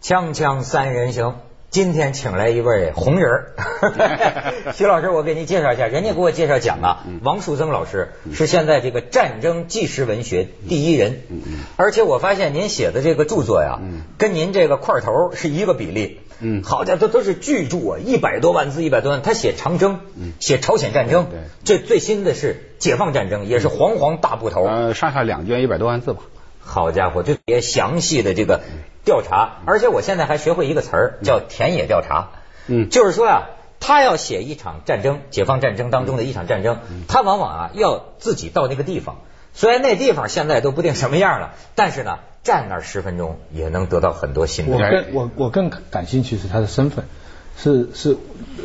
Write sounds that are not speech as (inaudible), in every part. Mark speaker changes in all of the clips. Speaker 1: 锵锵三人行，今天请来一位红人
Speaker 2: (laughs)
Speaker 1: 儿，徐老师，我给您介绍一下，人家给我介绍讲啊，
Speaker 2: 嗯
Speaker 1: 王树增老师是现在这个战争纪实文学第一人，
Speaker 2: 嗯
Speaker 1: 而且我发现您写的这个著作呀，跟您这个块头是一个比例。嗯，好家伙，都都是巨著啊，一百多万字，一百多万。他写长征，写朝鲜战争，
Speaker 2: 嗯对嗯
Speaker 1: 这最新的是解放战争，也是煌煌大部头。
Speaker 2: 呃，上下两卷一百多万字吧。
Speaker 1: 好家伙，就也详细的这个调查，而且我现在还学会一个词儿叫田野调查，
Speaker 2: 嗯
Speaker 1: 就是说啊，他要写一场战争，解放战争当中的一场战争，他往往啊要自己到那个地方，虽然那地方现在都不定什么样了，但是呢，站那儿十分钟也能得到很多新
Speaker 3: 我
Speaker 1: 的。
Speaker 3: 更我我更感兴趣是他的身份，是是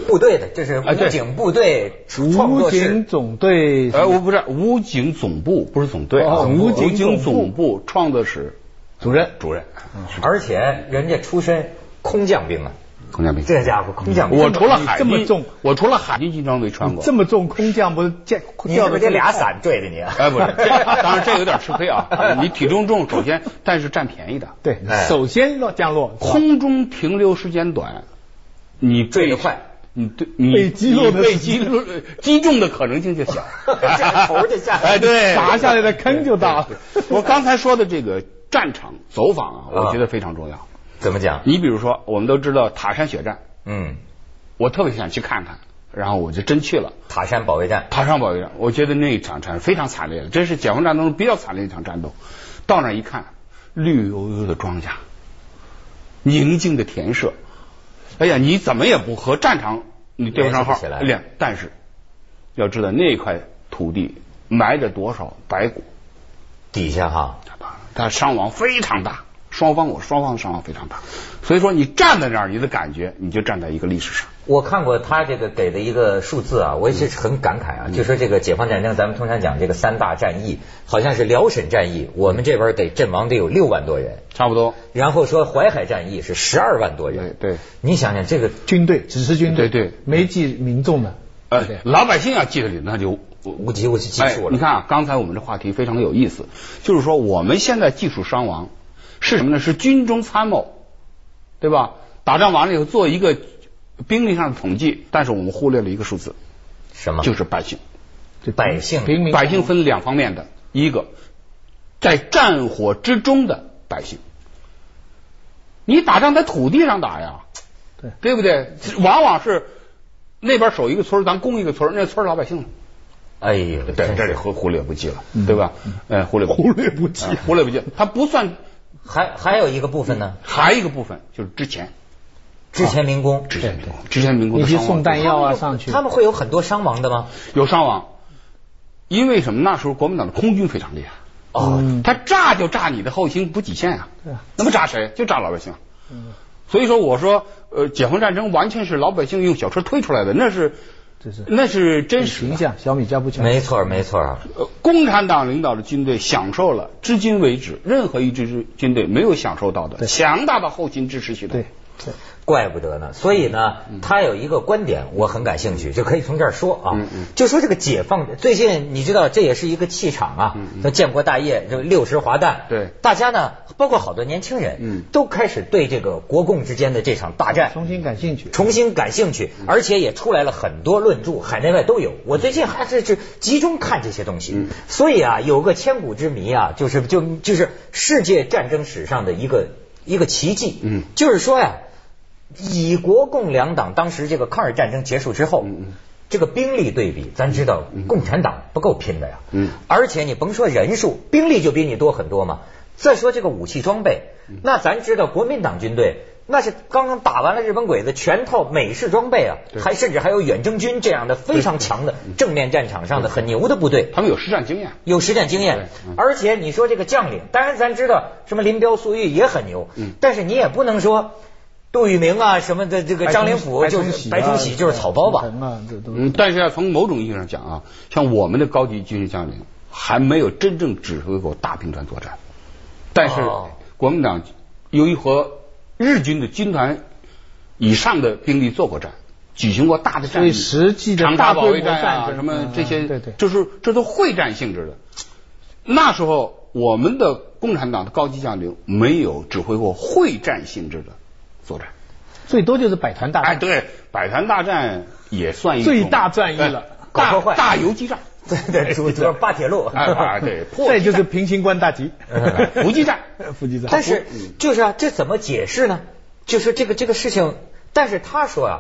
Speaker 1: 部队的，这是
Speaker 2: 哎
Speaker 1: 武
Speaker 2: 对
Speaker 1: 警部队创
Speaker 3: 武
Speaker 1: 作
Speaker 3: 警
Speaker 1: 室，
Speaker 3: 总队
Speaker 2: 呃，我不是武警总部，不是总队啊，
Speaker 3: 哦
Speaker 2: 武
Speaker 3: 武警
Speaker 2: 警
Speaker 3: 总
Speaker 2: 总部创作室
Speaker 3: 主任，
Speaker 2: 主任啊
Speaker 1: 而且人家出身空降兵啊，
Speaker 2: 孔建平。
Speaker 1: 这家伙空降兵，
Speaker 2: 我除了海
Speaker 3: 这么
Speaker 2: 军
Speaker 3: 重，
Speaker 2: 我除了海军军装没穿过
Speaker 3: 这。么重空降不是掉
Speaker 1: 你是
Speaker 3: 掉
Speaker 1: 不
Speaker 3: 的
Speaker 1: 是得俩伞坠着你啊？
Speaker 2: 哎，不是，这当然这有点吃亏
Speaker 3: (laughs)
Speaker 2: 啊。你体重重，首先，但是占便宜的。
Speaker 3: 对
Speaker 1: 哎，
Speaker 3: 首先落降落
Speaker 2: 空中停留时间短，你被
Speaker 1: 坠得快，，
Speaker 2: 你对你
Speaker 3: 被击落的
Speaker 2: 你被击落击中的可能性就
Speaker 3: (laughs)
Speaker 2: 小
Speaker 1: 这头就下来了
Speaker 2: 哎，对，
Speaker 3: 砸下来的坑就大了
Speaker 2: 对。对对我刚才说的这个战场走访啊，
Speaker 1: 啊
Speaker 2: 我觉得非常重要。
Speaker 1: 怎么讲？
Speaker 2: 你比如说，我们都知道塔山血战，
Speaker 1: 嗯，
Speaker 2: 我特别想去看看，然后我就真去了。
Speaker 1: 塔山保卫战。
Speaker 2: 爬上保卫战，我觉得那一场战非常惨烈，这是解放战争中比较惨烈的一场战斗。到那儿一看，绿油油的庄稼，宁静的田舍，哎呀，你怎么也不和战场你对不上
Speaker 1: 联
Speaker 2: 号
Speaker 1: 系不起来，
Speaker 2: 两但是要知道那块土地埋着多少白骨，
Speaker 1: 底下哈，
Speaker 2: 他伤亡非常大，双方我双方伤亡非常大，所以说你站在那儿，你的感觉你就站在一个历史上。
Speaker 1: 我看过他这个给的一个数字啊，我也是很感慨
Speaker 2: 嗯
Speaker 1: 啊。就说这个解放战争，咱们通常讲这个三大战役，好像是辽沈战役，我们这边得阵亡得有六万多人，
Speaker 2: 差不多，
Speaker 1: 然后说淮海战役是十二万多人。
Speaker 2: 对对，
Speaker 1: 你想想这个
Speaker 3: 军队，只是军队，
Speaker 2: 对对
Speaker 3: 没记民众的，
Speaker 2: 呃
Speaker 3: 对，
Speaker 2: 老百姓要记得里，那就
Speaker 1: 无极无极技术
Speaker 2: 哎。
Speaker 1: 了
Speaker 2: 你，看啊，刚才我们这话题非常有意思，就是说我们现在技术伤亡是什么呢？是军中参谋，对吧？打仗完了以后做一个兵力上的统计，但是我们忽略了一个数字，
Speaker 1: 什么？
Speaker 2: 就是百姓。
Speaker 3: 就
Speaker 1: 百姓
Speaker 3: 平民
Speaker 2: 百姓分两方面的，一个在战火之中的百姓，你打仗在土地上打呀，
Speaker 3: 对
Speaker 2: 对不对？往往是那边守一个村儿，咱攻一个村儿，那村儿老百姓了。
Speaker 1: 哎呦，
Speaker 2: 对，
Speaker 1: 真
Speaker 2: 这
Speaker 1: 是
Speaker 2: 里忽忽略不计了，对吧？呃，忽略
Speaker 3: 忽嗯略不计
Speaker 2: 啊忽略不计，它不算。
Speaker 1: 还还有一个部分呢，
Speaker 2: 还有一个部分就是之前，
Speaker 1: 之前民工，
Speaker 2: 之前民工，之前民工
Speaker 3: 一
Speaker 2: 的
Speaker 3: 些
Speaker 2: 伤
Speaker 3: 送
Speaker 2: 亡
Speaker 3: 弹药啊上去，
Speaker 1: 他们会有很多伤亡的吗？
Speaker 2: 有伤亡，因为什么？那时候国民党的空军非常厉害，
Speaker 1: 哦，
Speaker 3: 嗯
Speaker 2: 他炸就炸你的后勤补给线啊
Speaker 3: 对啊，
Speaker 2: 那么炸谁？就炸老百姓。
Speaker 3: 嗯
Speaker 2: 所以说，我说，呃，解放战争完全是老百姓用小车推出来的，那是
Speaker 3: 这是
Speaker 2: 那是真实
Speaker 3: 形
Speaker 2: 的。
Speaker 3: 象，小米加步枪，
Speaker 1: 没错没错，啊
Speaker 2: 呃，共产党领导的军队享受了至今为止任何一支军队没有享受到的
Speaker 3: 对
Speaker 2: 强大的后勤支持系统
Speaker 3: 对。，
Speaker 1: 怪不得呢。所以呢，
Speaker 2: 嗯
Speaker 1: 他有一个观点我很感兴趣，就可以从这儿说啊，
Speaker 2: 嗯
Speaker 1: 就说这个解放最近你知道这也是一个气场啊，叫建国大业这个六十华诞，
Speaker 2: 嗯对
Speaker 1: 大家呢包括好多年轻人，
Speaker 2: 嗯
Speaker 1: 都开始对这个国共之间的这场大战
Speaker 3: 重新感兴趣，
Speaker 1: 重新感兴趣，而且也出来了很多论著，海内外都有。我最近还是就集中看这些东西，所以啊，有个千古之谜啊，就是就就是世界战争史上的一个一个奇迹。
Speaker 2: 嗯，
Speaker 1: 就是说呀，以国共两党当时这个抗日战争结束之后，这个兵力对比，咱知道共产党不够拼的呀。
Speaker 2: 嗯
Speaker 1: 而且你甭说人数，兵力就比你多很多嘛。再说这个武器装备，那咱知道国民党军队那是刚刚打完了日本鬼子，全套美式装备啊，还甚至还有远征军这样的非常强的正面战场上的很牛的部队。
Speaker 2: 他们有实战经验。
Speaker 1: 有实战经验，而且你说这个将领，当然咱知道什么林彪、粟裕也很牛，但是你也不能说杜聿明啊什么的，这个张灵甫
Speaker 3: 啊
Speaker 1: 就是白崇禧就是草包
Speaker 3: (laughs)
Speaker 1: 吧？
Speaker 3: 陈啊，这都
Speaker 2: 嗯，但是要从某种意义上讲啊，像我们的高级军事将领还没有真正指挥过大兵团作战，但是
Speaker 1: 哦
Speaker 2: 国民党由于和日军的军团以上的兵力做过战，举行过大的战
Speaker 3: 所
Speaker 2: 役，
Speaker 3: 以实际的
Speaker 2: 长
Speaker 3: 大
Speaker 2: 沙保
Speaker 3: 规模
Speaker 2: 卫战啊
Speaker 3: 战，争
Speaker 2: 什么这些，
Speaker 3: 嗯对对
Speaker 2: 就是这都会战性质的。那时候我们的共产党的高级将领没有指挥过会战性质的作战。
Speaker 3: 最多就是百团大
Speaker 2: 哎，
Speaker 3: 战。
Speaker 2: 对，百团大战也算一种
Speaker 3: 最大战役了
Speaker 2: 哎
Speaker 1: 搞破
Speaker 2: 大
Speaker 1: 坏
Speaker 2: 大游击战。
Speaker 1: 对对， (laughs) 主主要霸铁路。
Speaker 2: (laughs) 哎哎，
Speaker 3: (laughs)
Speaker 2: 对，破
Speaker 3: 再就是平型关大吉，
Speaker 2: (laughs) 伏击战。
Speaker 3: 伏击战。
Speaker 1: 但是
Speaker 2: 嗯
Speaker 1: 就是啊，这怎么解释呢？就是这个这个事情，但是他说啊，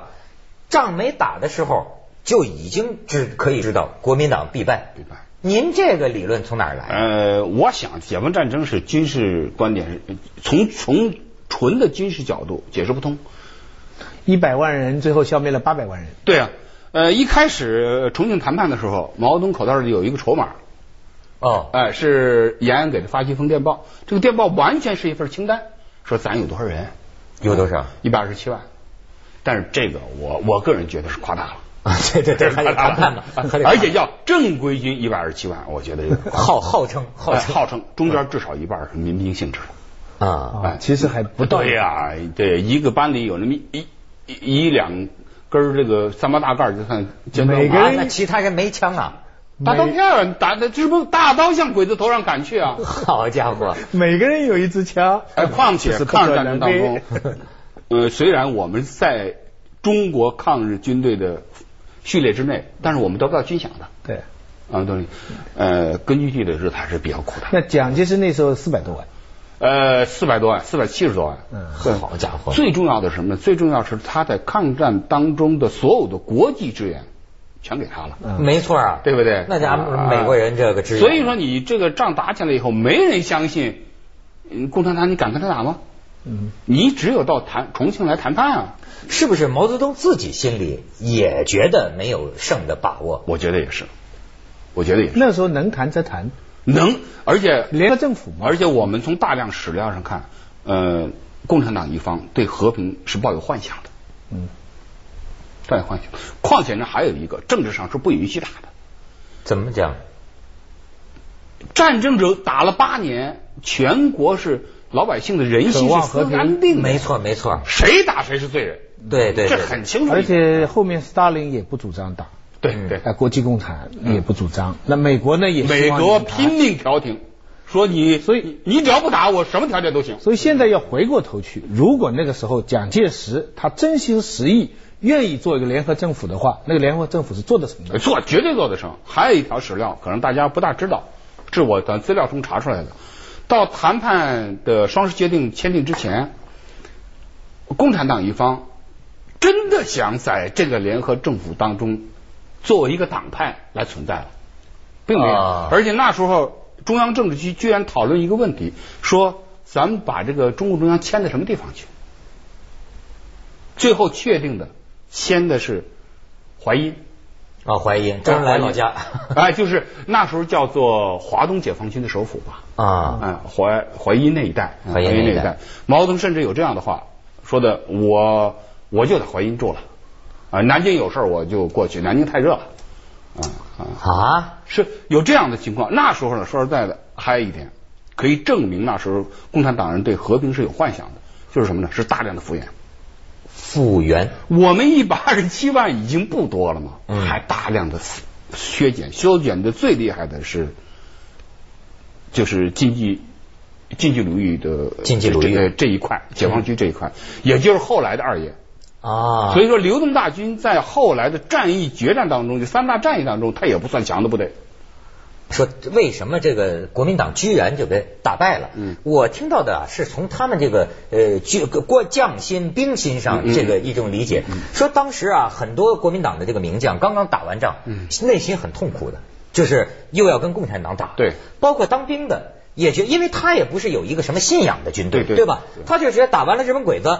Speaker 1: 仗没打的时候就已经知可以知道国民党必败。
Speaker 2: 必败
Speaker 1: 您这个理论从哪儿来？
Speaker 2: 呃，我想解放战争是军事观点是呃从从纯的军事角度解释不通。
Speaker 3: 一百万人最后消灭了八百万人，
Speaker 2: 对啊，呃，一开始重庆谈判的时候，毛泽东口袋里有一个筹码，
Speaker 1: 哦，
Speaker 2: 哎、是延安给他发一封电报，这个电报完全是一份清单，说咱有多少人，
Speaker 1: 有多
Speaker 2: (laughs)
Speaker 1: 少？
Speaker 2: 一百二十七万。但是这个我我个人觉得是夸大了，
Speaker 1: 啊，对
Speaker 2: (laughs)
Speaker 1: 对对，还得谈判呢，
Speaker 3: 啊
Speaker 1: 还得
Speaker 2: 啊而且要正规军一百二十七万，我觉得有点夸
Speaker 1: 号号称号
Speaker 2: 哎
Speaker 1: 称
Speaker 2: 号称中
Speaker 3: 嗯
Speaker 2: 间至少一半是民兵性质的。
Speaker 1: 啊，
Speaker 3: 啊，其实还不到。
Speaker 2: 对呀、对，一个班里有那么一一一一两根儿这个三八大盖儿就算尖刀
Speaker 3: 每个
Speaker 2: 马
Speaker 1: 啊
Speaker 3: 人
Speaker 1: 那其他人没枪啊，
Speaker 2: 大刀片儿打的，这不大刀向鬼子头上赶去
Speaker 3: (laughs)
Speaker 2: 啊！
Speaker 1: 好家伙，
Speaker 3: 每个人有一支枪。
Speaker 2: 哎，况且
Speaker 3: 这是不
Speaker 2: 抗日
Speaker 3: 可
Speaker 2: 战争
Speaker 3: 能
Speaker 2: 当中
Speaker 3: 的。，
Speaker 2: (laughs)
Speaker 3: (laughs)
Speaker 2: 呃，虽然我们在中国抗日军队的序列之内，但是我们得不到军饷的
Speaker 3: 对，
Speaker 2: 啊，东西。呃，根据地的日子还是比较苦的，
Speaker 3: 那蒋介石那时候四百多万，
Speaker 2: 呃，四百多万，四百七十多万，
Speaker 3: 嗯
Speaker 2: 对
Speaker 1: 好家伙，
Speaker 2: 最重要的是什么呢？最重要是他在抗战当中的所有的国际支援全给他了，
Speaker 3: 嗯，
Speaker 1: 没错啊，
Speaker 2: 对不对？
Speaker 1: 那家伙
Speaker 2: 啊
Speaker 1: 美国人这个支援，
Speaker 2: 所以说你这个仗打起来以后，没人相信，嗯，共产党你敢跟他打吗？
Speaker 3: 嗯，
Speaker 2: 你只有到谈重庆来谈判啊！
Speaker 1: 是不是毛泽东自己心里也觉得没有胜的把握？
Speaker 2: 我觉得也是，我觉得也是
Speaker 3: 那时候能谈则谈，
Speaker 2: 能，而且
Speaker 3: 联合政府嘛。
Speaker 2: 而且我们从大量史料上看，呃，共产党一方对和平是抱有幻想的，
Speaker 3: 嗯，
Speaker 2: 抱有幻想。况且呢，还有一个政治上是不允许打的。
Speaker 1: 怎么讲？
Speaker 2: 战争者打了八年，全国是老百姓的人
Speaker 3: 渴
Speaker 2: 心是
Speaker 3: 望
Speaker 2: 死
Speaker 3: 和平
Speaker 2: 安定的，
Speaker 1: 没错，没错，
Speaker 2: 谁打谁是罪人，
Speaker 1: 对对
Speaker 2: 这
Speaker 1: 对，
Speaker 2: 很清楚。
Speaker 3: 而且后面斯大林也不主张打，
Speaker 2: 对
Speaker 1: 嗯
Speaker 2: 对，
Speaker 3: 呃，国际共产也不主张。那美国呢也希
Speaker 2: 美
Speaker 3: 望
Speaker 2: 国
Speaker 3: 你打
Speaker 2: 拼，命调停，说你
Speaker 3: 所以
Speaker 2: 你只要不打我，什么条件都行。
Speaker 3: 所以现在要回过头去，如果那个时候蒋介石他真心实意愿意做一个联合政府的话，那个联合政府是做得成的。
Speaker 2: 做绝对做得成。还有一条史料，可能大家不大知道，是我咱资料中查出来的。到谈判的双十协定签订之前，共产党一方真的想在这个联合政府当中作为一个党派来存在了，并没有。
Speaker 1: 啊
Speaker 2: 而且那时候中央政治局居然讨论一个问题，说咱们把这个中共中央迁到什么地方去？最后确定的迁的是淮阴。
Speaker 1: 啊，怀疑周恩来老家
Speaker 2: (laughs) 哎，就是那时候叫做华东解放军的首府吧，
Speaker 1: 啊，
Speaker 2: 啊，淮淮阴那一带，
Speaker 1: 淮阴那一带
Speaker 2: 一带，毛泽东甚至有这样的话说的，我我就在淮阴住了，啊，南京有事儿我就过去，南京太热了，啊啊，
Speaker 1: 啊，
Speaker 2: 是有这样的情况。那时候呢，说实在的，还有一点可以证明那时候共产党人对和平是有幻想的，就是什么呢？是大量的复员。
Speaker 1: 复原
Speaker 2: 我们一百二十七万已经不多了嘛，
Speaker 1: 嗯
Speaker 2: 还大量的削减，削减的最厉害的是就是经济经济鲁豫的
Speaker 1: 经济鲁豫
Speaker 2: 这这一块，解放军这一块，也就是后来的二野。
Speaker 1: 啊
Speaker 2: 所，以说，流动大军在后来的战役决战当中，就三大战役当中，它也不算强的部队。
Speaker 1: 说为什么这个国民党居然就给打败了？
Speaker 2: 嗯
Speaker 1: 我听到的啊是从他们这个呃军过将心兵心
Speaker 2: 嗯嗯
Speaker 1: 上这个一种理解，说当时啊很多国民党的这个名将刚刚打完仗，
Speaker 2: 嗯
Speaker 1: 内心很痛苦的，就是又要跟共产党打，
Speaker 2: 对，
Speaker 1: 包括当兵的也觉，因为他也不是有一个什么信仰的军队，
Speaker 2: 对对
Speaker 1: 吧
Speaker 2: 对？
Speaker 1: 他就觉得打完了日本鬼子。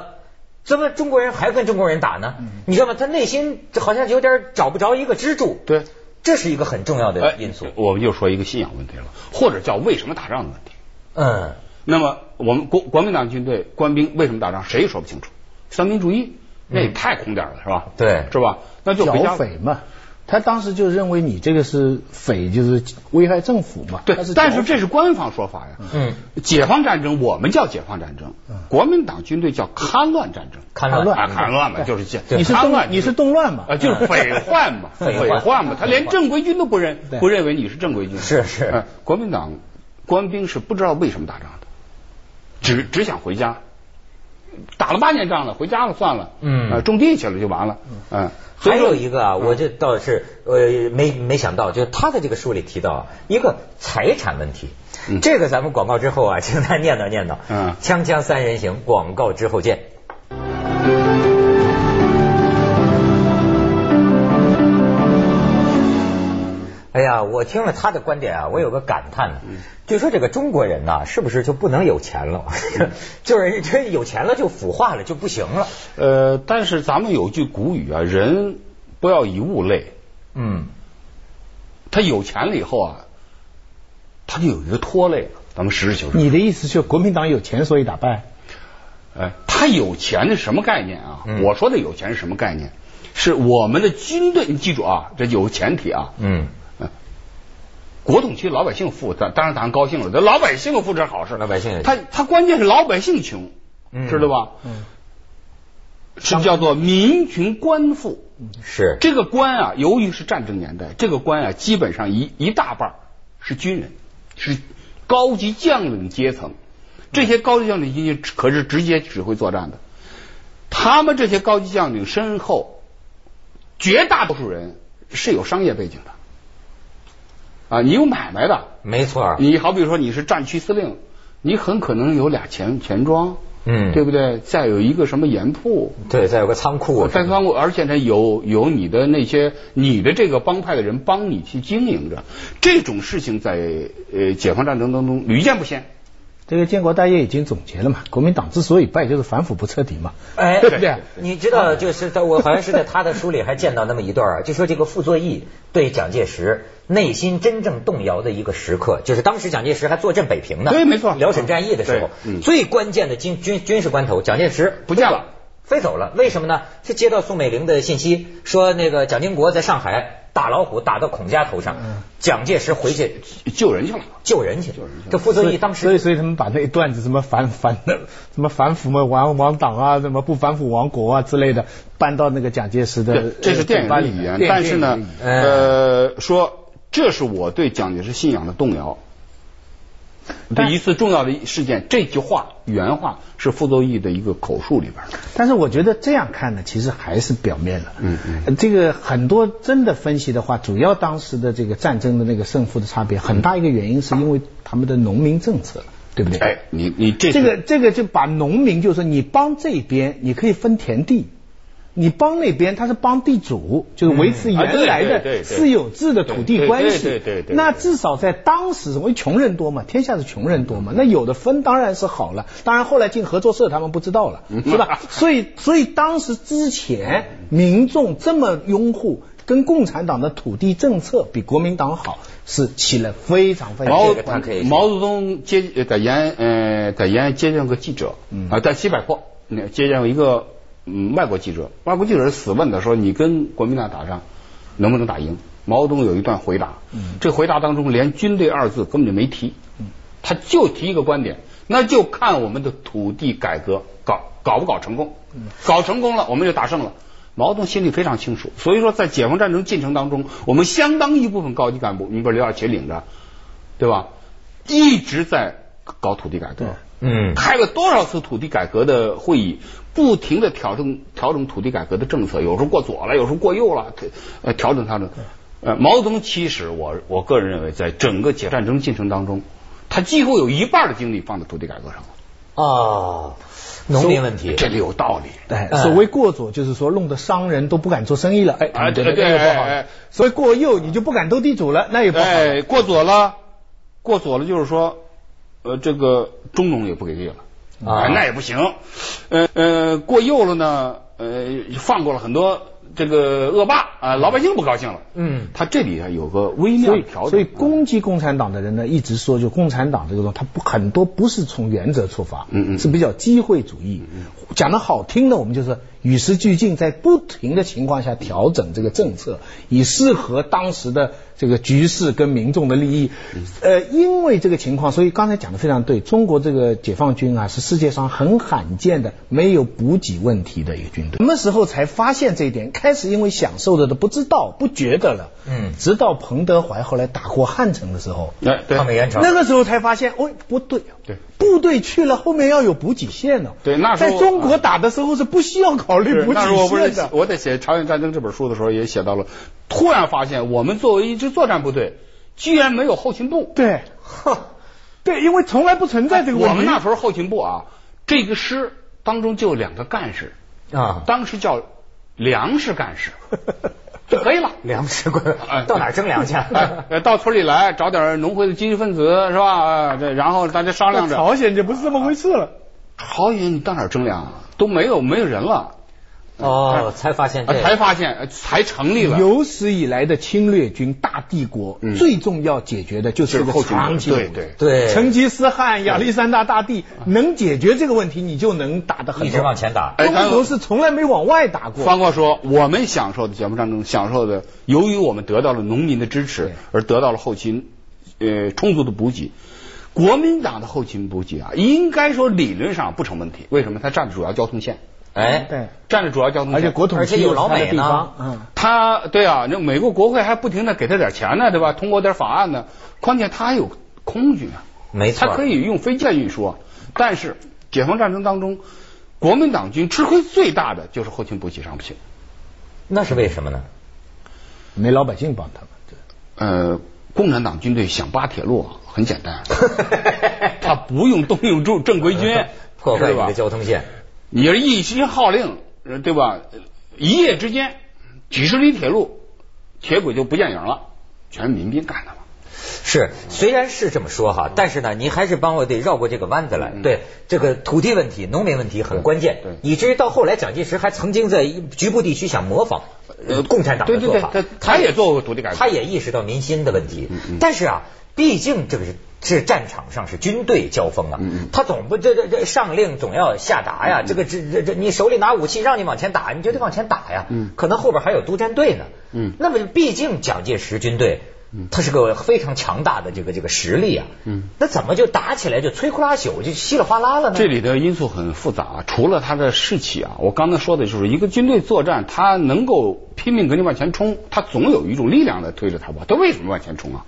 Speaker 1: 怎么中国人还跟中国人打呢？你知道吗？他内心好像有点找不着一个支柱，
Speaker 2: 对，
Speaker 1: 这是一个很重要的
Speaker 2: 哎
Speaker 1: 因素。
Speaker 2: 我们就说一个信仰问题了，或者叫为什么打仗的问题。
Speaker 1: 嗯，
Speaker 2: 那么我们国国民党军队官兵为什么打仗，谁也说不清楚。三民主义那也太空点儿了，是吧？
Speaker 1: 对
Speaker 2: 是吧？那就回家
Speaker 3: 剿匪嘛，他当时就认为你这个是匪，就是危害政府嘛。
Speaker 2: 对
Speaker 3: 他，
Speaker 2: 但是
Speaker 3: 剿
Speaker 2: 这是官方说法呀。
Speaker 1: 嗯，
Speaker 2: 解放战争我们叫解放战争，国民党军队叫戡乱战争。
Speaker 1: 戡乱
Speaker 3: 戡乱
Speaker 2: 啊，戡乱嘛，
Speaker 3: 对
Speaker 2: 就是解
Speaker 3: 你是
Speaker 2: 戡
Speaker 3: 动
Speaker 2: 乱，
Speaker 3: 你是动乱嘛？
Speaker 2: 啊，就是匪患嘛，
Speaker 1: 匪
Speaker 2: 匪
Speaker 1: 患
Speaker 2: 患嘛，他连正规军都不认，
Speaker 3: 对
Speaker 2: 不认为你是正规军。
Speaker 1: 是是
Speaker 2: 呃国民党官兵是不知道为什么打仗的，只只想回家。打了八年仗了，回家了算了，
Speaker 1: 嗯
Speaker 2: 呃种地去了就完了，嗯，所
Speaker 1: 还
Speaker 2: 以说
Speaker 1: 有一个啊，我这倒是呃没没想到，就是他的这个书里提到啊一个财产问题，
Speaker 2: 嗯
Speaker 1: 这个咱们广告之后啊，请他念叨念叨。
Speaker 2: 嗯
Speaker 1: 锵锵三人行，广告之后见。哎呀，我听了他的观点啊，我有个感叹，就说这个中国人呐、是不是就不能有钱了？ (laughs) 就是这有钱了就腐化了，就不行了。
Speaker 2: 呃，但是咱们有句古语啊，人不要以物类，
Speaker 1: 嗯，
Speaker 2: 他有钱了以后啊，他就有一个拖累了。咱们实事求是，
Speaker 3: 你的意思是国民党有钱所以打败？
Speaker 2: 哎，他有钱是什么概念啊？
Speaker 1: 嗯
Speaker 2: 我说的有钱是什么概念？是我们的军队，你记住啊，这有前提啊。
Speaker 1: 嗯，
Speaker 2: 国统区老百姓富，咱当然咱高兴了，这老百姓富这是好事，
Speaker 1: 老百姓也
Speaker 2: 他他关键是老百姓穷，
Speaker 1: 嗯
Speaker 2: 知道吧？
Speaker 3: 嗯，
Speaker 2: 是叫做民穷官富。
Speaker 1: 是。
Speaker 2: 这个官啊，由于是战争年代，这个官啊，基本上一一大半儿是军人，是高级将领阶层。这些高级将领阶级可是直接指挥作战的。他们这些高级将领身后，绝大多数人是有商业背景的，啊，你有买卖的，
Speaker 1: 没错儿，
Speaker 2: 你好比说你是战区司令，你很可能有俩钱钱庄，
Speaker 1: 嗯
Speaker 2: 对不对？再有一个什么盐铺，
Speaker 1: 对，再有个仓库，
Speaker 2: 三方而且呢有有你的那些你的这个帮派的人帮你去经营着，这种事情在呃解放战争当中屡见不鲜。
Speaker 3: 这个建国大业已经总结了嘛，国民党之所以败，就是反腐不彻底嘛。
Speaker 1: 哎，
Speaker 3: 对不对？
Speaker 1: 你知道，就是在 (laughs) 我好像是在他的书里还见到那么一段儿，就说这个傅作义对蒋介石内心真正动摇的一个时刻，就是当时蒋介石还坐镇北平呢，
Speaker 2: 对没错
Speaker 1: 辽沈战役的时候，
Speaker 2: 嗯对嗯
Speaker 1: 最关键的军军军事关头，蒋介石
Speaker 2: 不见了，
Speaker 1: 飞走了，为什么呢？是接到宋美龄的信息，说那个蒋经国在上海打老虎打到孔家头上，蒋介石回去
Speaker 2: 救人去了。
Speaker 1: 救人去
Speaker 2: 嗯救人去，了
Speaker 1: 这傅作义当时
Speaker 3: 所以所以他们把那一段子什么反反什么反腐嘛亡亡党啊，什么不反腐亡国啊之类的，搬到那个蒋介石的
Speaker 2: 对，这是电影
Speaker 3: 呃
Speaker 2: 的
Speaker 3: 嘴巴里
Speaker 2: 语言，
Speaker 3: 电
Speaker 2: 但是呢
Speaker 3: 电影的语，
Speaker 1: 言
Speaker 2: 呃，说这是我对蒋介石信仰的动摇的
Speaker 3: 但
Speaker 2: 一次重要的事件。这句话原话是傅作义的一个口述里边的。
Speaker 3: 但是我觉得这样看呢，其实还是表面了。
Speaker 2: 嗯
Speaker 3: 嗯，这个很多真的分析的话，主要当时的这个战争的那个胜负的差别，很大一个原因是因为他们的农民政策，对不对？
Speaker 2: 哎，你你这
Speaker 3: 这
Speaker 2: 是
Speaker 3: 个这个就把农民就说你帮这边，你可以分田地。你帮那边，他是帮地主，就是维持
Speaker 2: 嗯啊
Speaker 3: 原来
Speaker 2: 对对对
Speaker 3: 的
Speaker 2: 对
Speaker 3: 私有制的土地
Speaker 2: 对
Speaker 3: 关系。
Speaker 2: 对对对对对
Speaker 3: 那至少在当时，因为穷人多嘛，天下是穷人多
Speaker 2: 嗯
Speaker 3: 嘛，那有的分当然是好了。当然后来进合作社，他们不知道了，
Speaker 2: 嗯
Speaker 3: 是
Speaker 2: (laughs)
Speaker 3: 吧？所以所以当时之前民众这么拥护跟共产党的土地政策比国民党好，是起了非常非常
Speaker 2: 毛
Speaker 1: 这个他可以去
Speaker 2: 毛泽东接呃在延安呃在延安接见过记者，啊，在西柏坡嗯接见过一个嗯外国记者，外国记者死问他说你跟国民党打仗能不能打赢？毛泽东有一段回答，
Speaker 1: 嗯
Speaker 2: 这回答当中连军队二字根本就没提，他就提一个观点，那就看我们的土地改革搞搞不搞成功，
Speaker 1: 嗯
Speaker 2: 搞成功了我们就打胜了。毛泽东心里非常清楚，所以说在解放战争进程当中，我们相当一部分高级干部，你比如刘少奇领着，对吧？一直在搞土地改革，
Speaker 1: 嗯
Speaker 2: 开了多少次土地改革的会议，不停的调整调整土地改革的政策，有时候过左了，有时候过右了，呃，调整调整。
Speaker 3: 嗯
Speaker 2: 呃，毛泽东其实我我个人认为，在整个解放战争进程当中，他几乎有一半的精力放在土地改革上了。
Speaker 1: 哦，农民问题，
Speaker 2: 这里有道理。
Speaker 3: 哎，所谓过左，就是说弄得商人都不敢做生意了，哎，
Speaker 2: 啊
Speaker 3: 你觉得
Speaker 2: 对对
Speaker 3: 那也不好
Speaker 2: 哎哎。
Speaker 3: 所以过右，你就不敢斗地主了，那也不好。
Speaker 2: 哎，过左了，过左了，就是说，呃，这个中农也不给力了，
Speaker 1: 啊
Speaker 2: 哎那也不行，呃呃，过右了呢，呃，放过了很多这个恶霸啊、老百姓不高兴了，
Speaker 1: 嗯
Speaker 2: 他这里啊有个微妙
Speaker 3: 所
Speaker 2: 的
Speaker 3: 以
Speaker 2: 调整，嗯
Speaker 3: 所以攻击共产党的人呢，一直说就共产党这个东西，他不很多不是从原则出发，
Speaker 2: 嗯嗯嗯
Speaker 3: 是比较机会主义。讲的好听的，我们就是与时俱进，在不停的情况下调整这个政策，以适合当时的这个局势跟民众的利益。
Speaker 2: 嗯
Speaker 3: 呃，因为这个情况，所以刚才讲的非常对，中国这个解放军啊是世界上很罕见的没有补给问题的一个军队。什么时候才发现这一点？开始因为享受着的不知道不觉得了，
Speaker 1: 嗯
Speaker 3: 直到彭德怀后来打过汉城的时候，
Speaker 2: 哎，对
Speaker 1: 抗美援朝，
Speaker 3: 那个时候才发现，哦，不对，
Speaker 2: 对，
Speaker 3: 部队去了，后面要有补给线的。
Speaker 2: 对那时候
Speaker 3: 在中国打的时候是不需要考虑
Speaker 2: 是
Speaker 3: 补给
Speaker 2: 那时候我不是
Speaker 3: 线
Speaker 2: 写
Speaker 3: 的。
Speaker 2: 我在写《朝鲜战争》这本书的时候也写到了，突然发现我们作为一支作战部队，居然没有后勤部。
Speaker 3: 对，对，因为从来不存在这个问题。
Speaker 2: 我们那时候后勤部啊，这个师当中就有两个干事，
Speaker 1: 啊，
Speaker 2: 当时叫粮食干事就可以了。
Speaker 1: 粮食棍
Speaker 2: 哎
Speaker 1: 到哪儿征粮去？啊
Speaker 2: 哎 (laughs) 呃到村里来找点农会的积极分子是吧？哎这然后大家
Speaker 3: (laughs)
Speaker 2: 商量着，
Speaker 3: 朝鲜就不是这么回事
Speaker 2: 啊
Speaker 3: 了。
Speaker 2: 朝鲜你到哪儿征粮啊？都没有没有人了，
Speaker 1: (laughs) 哦，才发现这
Speaker 2: 呃才发现呃才成立了。
Speaker 3: 有史以来的侵略军大帝国，
Speaker 2: 嗯
Speaker 3: 最重要解决的就是这
Speaker 2: 就
Speaker 3: 个
Speaker 2: 是后勤
Speaker 3: 长期的
Speaker 2: 对
Speaker 3: 问题
Speaker 2: 对
Speaker 1: 对
Speaker 3: 成吉思汗、亚历山大大帝能解决这个问题，你就能打得很
Speaker 1: 一直往前打。
Speaker 2: 哎
Speaker 3: 中
Speaker 2: 咱
Speaker 3: 国是从来没往外打过。
Speaker 2: 方过说，我们享受的解放战争，享受的，由于我们得到了农民的支持
Speaker 3: 对，
Speaker 2: 而得到了后勤呃充足的补给。国民党的后勤补给啊，应该说理论上不成问题。为什么？它占着主要交通线，
Speaker 1: 哎，
Speaker 3: 对，
Speaker 2: 占着主要交通线，
Speaker 3: 而且国统
Speaker 1: 而且
Speaker 3: 区
Speaker 1: 有
Speaker 3: 又是
Speaker 1: 老
Speaker 3: 它的
Speaker 1: 美
Speaker 3: 地
Speaker 1: 呢
Speaker 3: 方，嗯。
Speaker 2: 他对啊，那美国国会还不停的给他点钱呢，对吧？通过点法案呢，关键他还有空军啊，
Speaker 1: 没错，
Speaker 2: 他可以用飞舰运输啊。但是解放战争当中，国民党军吃亏最大的就是后勤补给上不行。
Speaker 1: 那是为什么呢？，
Speaker 3: 没老百姓帮他们。
Speaker 2: 呃，共产党军队想扒铁路啊很简单，他不用动用正正规军
Speaker 1: 破坏
Speaker 2: 是
Speaker 1: 你
Speaker 2: 吧
Speaker 1: 的？交通线。
Speaker 2: 你是一心号令，呃对吧？一夜之间，几十里铁路铁轨就不见影了，全是民兵干的嘛。
Speaker 1: 是，虽然是这么说哈，但是呢，您还是帮我得绕过这个弯子来。对，这个土地问题、农民问题很关键
Speaker 2: 嗯对对，
Speaker 1: 以至于到后来，蒋介石还曾经在局部地区想模仿呃共产党的做法
Speaker 2: 对对对，他他也做过土地改革嗯
Speaker 1: 他也意识到民心的问题。但是啊，毕竟这个是。是战场上是军队交锋
Speaker 2: 嗯
Speaker 1: 啊，他总不这这这上令总要下达呀，这个这这这你手里拿武器让你往前打，你就得往前打呀，可能后边还有督战队呢，
Speaker 2: 嗯
Speaker 1: 那么毕竟蒋介石军队，他是个非常强大的这个这个实力啊，
Speaker 2: 嗯
Speaker 1: 那怎么就打起来就摧枯拉朽就稀里哗啦了呢？
Speaker 2: 这里的因素很复杂、除了他的士气啊，我刚才说的就是一个军队作战，他能够拼命跟你往前冲，他总有一种力量在推着他吧？他为什么往前冲啊？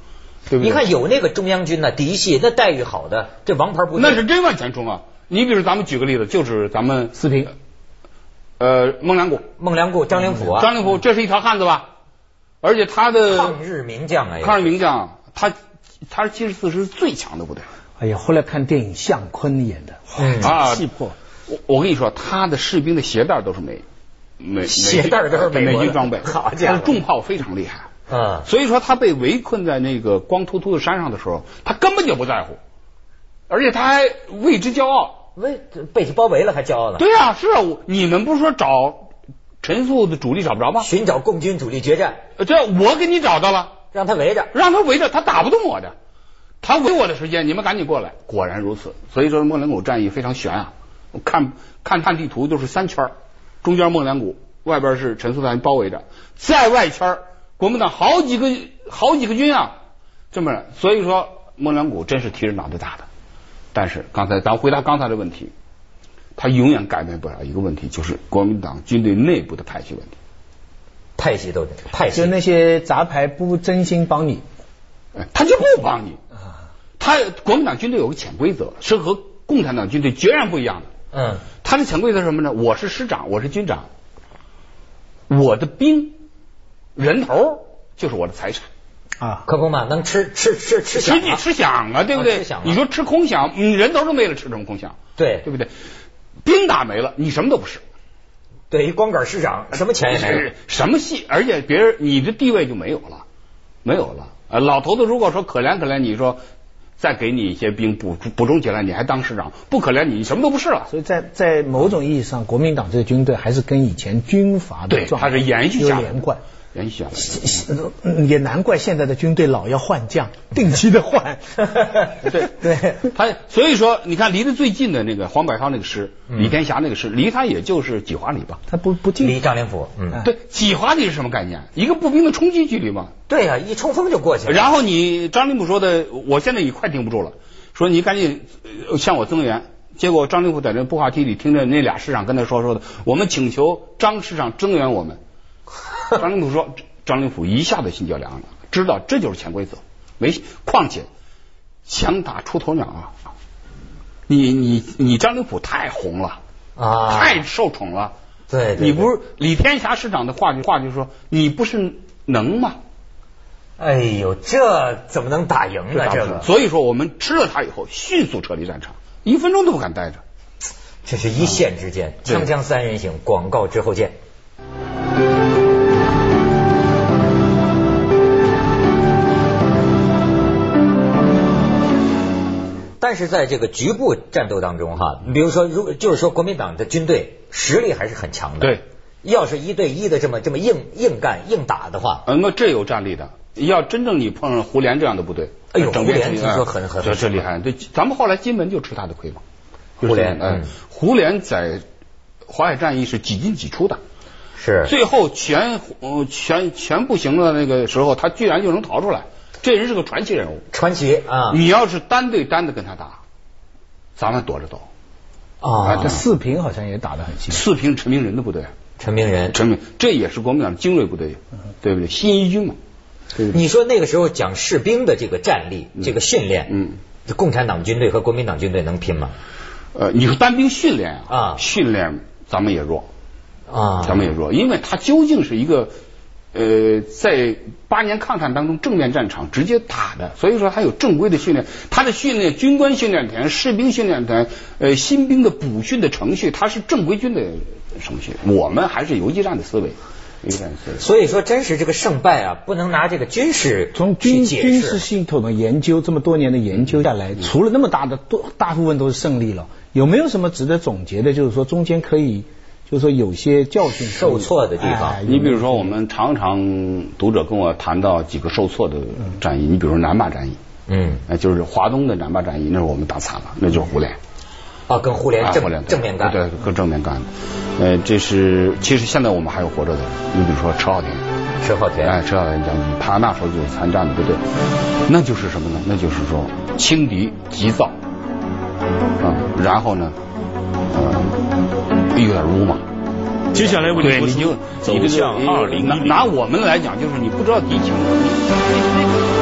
Speaker 2: 对不对？
Speaker 1: 你看有那个中央军呢、嫡系那待遇好的，这王牌部队
Speaker 2: 那是真往前冲啊！你比如咱们举个例子，就是咱们
Speaker 3: 四平，
Speaker 2: 呃孟良崮、
Speaker 1: 孟良崮、张灵甫啊，
Speaker 2: 张灵甫，这是一条汉子吧？而且他的
Speaker 1: 抗日名将啊，
Speaker 2: 嗯抗日名将，他他是七十四师最强的部队。
Speaker 3: 哎呀，后来看电影，向坤演的，
Speaker 1: 嗯
Speaker 3: 哇，气魄。
Speaker 2: 我我跟你说，他的士兵的鞋带都是美美美
Speaker 1: 鞋带都是美国的
Speaker 2: 美军装备，
Speaker 1: 好
Speaker 2: 他
Speaker 1: 家伙
Speaker 2: 的重炮非常厉害。
Speaker 1: 嗯，
Speaker 2: 所以说他被围困在那个光秃秃的山上的时候，他根本就不在乎，而且他还为之骄傲。
Speaker 1: 为被包围了还骄傲呢。
Speaker 2: 对啊，是啊，我你们不是说找陈粟的主力找不着吗？
Speaker 1: 寻找共军主力决战，
Speaker 2: 这呃啊我给你找到了，
Speaker 1: 让他围着。
Speaker 2: 让他围着，他打不动我的，他围我的时间，你们赶紧过来。果然如此，所以说孟良崮战役非常悬啊！我看看看地图就是三圈儿，中间孟良崮，外边是陈粟大军包围着，在外圈儿国民党好几个好几个军啊，这么着所以说孟良崮真是提着脑袋打的。但是刚才咱回答刚才的问题，他永远改变不了一个问题，就是国民党军队内部的派系问题。
Speaker 1: 派系斗争，派
Speaker 3: 就
Speaker 1: 系
Speaker 3: 那些杂牌不真心帮你，
Speaker 2: 哎他就不帮你。
Speaker 1: 啊
Speaker 2: 他国民党军队有个潜规则，是和共产党军队截然不一样的。
Speaker 1: 嗯，
Speaker 2: 他的潜规则是什么呢？我是师长，我是军长，我的兵人头就是我的财产，
Speaker 3: 啊，
Speaker 1: 可不嘛，能吃吃吃吃
Speaker 2: 吃
Speaker 1: 响
Speaker 2: 你
Speaker 1: 啊，
Speaker 2: 吃饷啊，对不对？
Speaker 1: 啊吃饷啊
Speaker 2: 你说吃空饷，你人头都没了，吃什么空饷？
Speaker 1: 啊对
Speaker 2: 对不对？兵打没了，你什么都不是，
Speaker 1: 对，一光杆市长什么钱也没有
Speaker 2: 是。什么戏？而且别人你的地位就没有了，没有了。呃，老头子如果说可怜可怜你说，再给你一些兵补补充起来，你还当市长，不可怜你，你什么都不是了。
Speaker 3: 所以在在某种意义上，国民党这个军队还是跟以前军阀的
Speaker 2: 对，
Speaker 3: 状态
Speaker 2: 它是延续下
Speaker 3: 有
Speaker 2: 来的
Speaker 3: 连贯。
Speaker 2: 延续下来的。
Speaker 3: 嗯也难怪现在的军队老要换将，定期的换。 (laughs)
Speaker 2: 对
Speaker 3: 对，
Speaker 2: (laughs) 他所以说，你看离得最近的那个黄百韬那个诗，李天霞那个诗，离他也就是几华里吧。
Speaker 3: 他不不进
Speaker 1: 离张灵甫，嗯，
Speaker 2: 对，几华里是什么概念？一个步兵的冲击距离嘛。
Speaker 1: 对呀，一冲锋就过去了。
Speaker 2: 然后你张灵甫说的，我现在也快顶不住了，说你赶紧呃向我增援。结果张灵甫在那步话梯里听着那俩市长跟他说说的，我们请求张市长增援我
Speaker 1: (laughs)
Speaker 2: 们。张灵甫说，张灵甫一下子心就凉了，知道这就是潜规则。没，况且强打出头鸟啊！你你你张灵甫太红了，
Speaker 1: 啊，
Speaker 2: 太受宠了。
Speaker 1: 对，对
Speaker 2: 你不
Speaker 1: 对
Speaker 2: 是李天霞市长的话就话就说你不是能吗？
Speaker 1: 哎呦，这怎么能打赢呢？这个
Speaker 2: 所以说我们吃了他以后，迅速撤离战场，一分钟都不敢待着。
Speaker 1: 这是一线之间，
Speaker 2: 对
Speaker 1: 锵锵三人行，广告之后见。但是在这个局部战斗当中，哈，比如说，如就是说，国民党的军队实力还是很强的。
Speaker 2: 对，
Speaker 1: 要是一对一的这么这么硬硬干硬打的话，
Speaker 2: 呃，那这有战力的。要真正你碰上胡琏这样的部队，
Speaker 1: 哎呦
Speaker 2: 整遍
Speaker 1: 胡琏
Speaker 2: 重
Speaker 1: 听
Speaker 2: 庆
Speaker 1: 说很很
Speaker 2: 这这厉害。对，咱们后来金门就吃他的亏嘛。
Speaker 1: 胡
Speaker 2: 就是
Speaker 1: 琏
Speaker 2: 嗯
Speaker 1: 嗯，
Speaker 2: 胡琏在淮海战役是几进几出的，
Speaker 1: 是
Speaker 2: 最后全呃全全部行的那个时候，他居然就能逃出来。这人是个传奇人物。
Speaker 1: 传奇啊
Speaker 2: 你要是单对单的跟他打，咱们躲着走。
Speaker 1: 啊
Speaker 3: 这！四平好像也打得很辛苦。
Speaker 2: 四平陈明仁的部队，啊
Speaker 1: 陈明仁，
Speaker 2: 陈明这也是国民党精锐部队，
Speaker 1: 嗯
Speaker 2: 对不对？新一军嘛，对不对？
Speaker 1: 你说那个时候讲士兵的这个战力、这个训练，
Speaker 2: 嗯，
Speaker 1: 共产党军队和国民党军队能拼吗？
Speaker 2: 呃，你说单兵训练啊
Speaker 1: 啊，
Speaker 2: 训练咱们也弱，
Speaker 1: 啊，
Speaker 2: 咱们也弱，因为它究竟是一个呃，在八年抗战当中正面战场直接打
Speaker 1: 嗯
Speaker 2: 的，所以说它有正规的训练，它的训练军官训练团、士兵训练团、呃新兵的补训的程序，它是正规军的程序，我们还是游击战的思维，游击战的思维。
Speaker 1: 所以说，真是这个胜败啊，不能拿这个军事
Speaker 3: 从
Speaker 1: 去
Speaker 3: 军
Speaker 1: 解
Speaker 3: 军
Speaker 1: 释嗯
Speaker 3: 事系统的研究，这么多年的研究下来，除了那么大的多大部分都是胜利了，有没有什么值得总结的？就是说中间可以，就是说有些教训可
Speaker 1: 受
Speaker 3: 以
Speaker 1: 挫的地方
Speaker 3: 哎
Speaker 2: 你比如说，我们常常读者跟我谈到几个受挫的战役，你比如说南坝战役，
Speaker 1: 嗯
Speaker 2: 呃，就是华东的南坝战役，那是我们打惨了，那就是胡琏，
Speaker 1: 啊，跟互
Speaker 2: 啊
Speaker 1: 联
Speaker 2: 胡琏
Speaker 1: 嗯正
Speaker 2: 对
Speaker 1: 正面干，
Speaker 2: 对，更正面干的。呃，这是其实现在我们还有活着的，你比如说陈浩田，
Speaker 1: 石浩田
Speaker 2: 哎，陈浩田将军，他那时候就是参战的部队，那就是什么呢？那就是说轻敌急躁，啊、然后呢，呃，有点鲁莽。
Speaker 4: 接下来为
Speaker 2: 对，
Speaker 4: 你播
Speaker 2: 你就
Speaker 4: 出走向二零一
Speaker 2: 拿
Speaker 4: 零。
Speaker 2: 拿我们来讲，就是你不知道敌情。你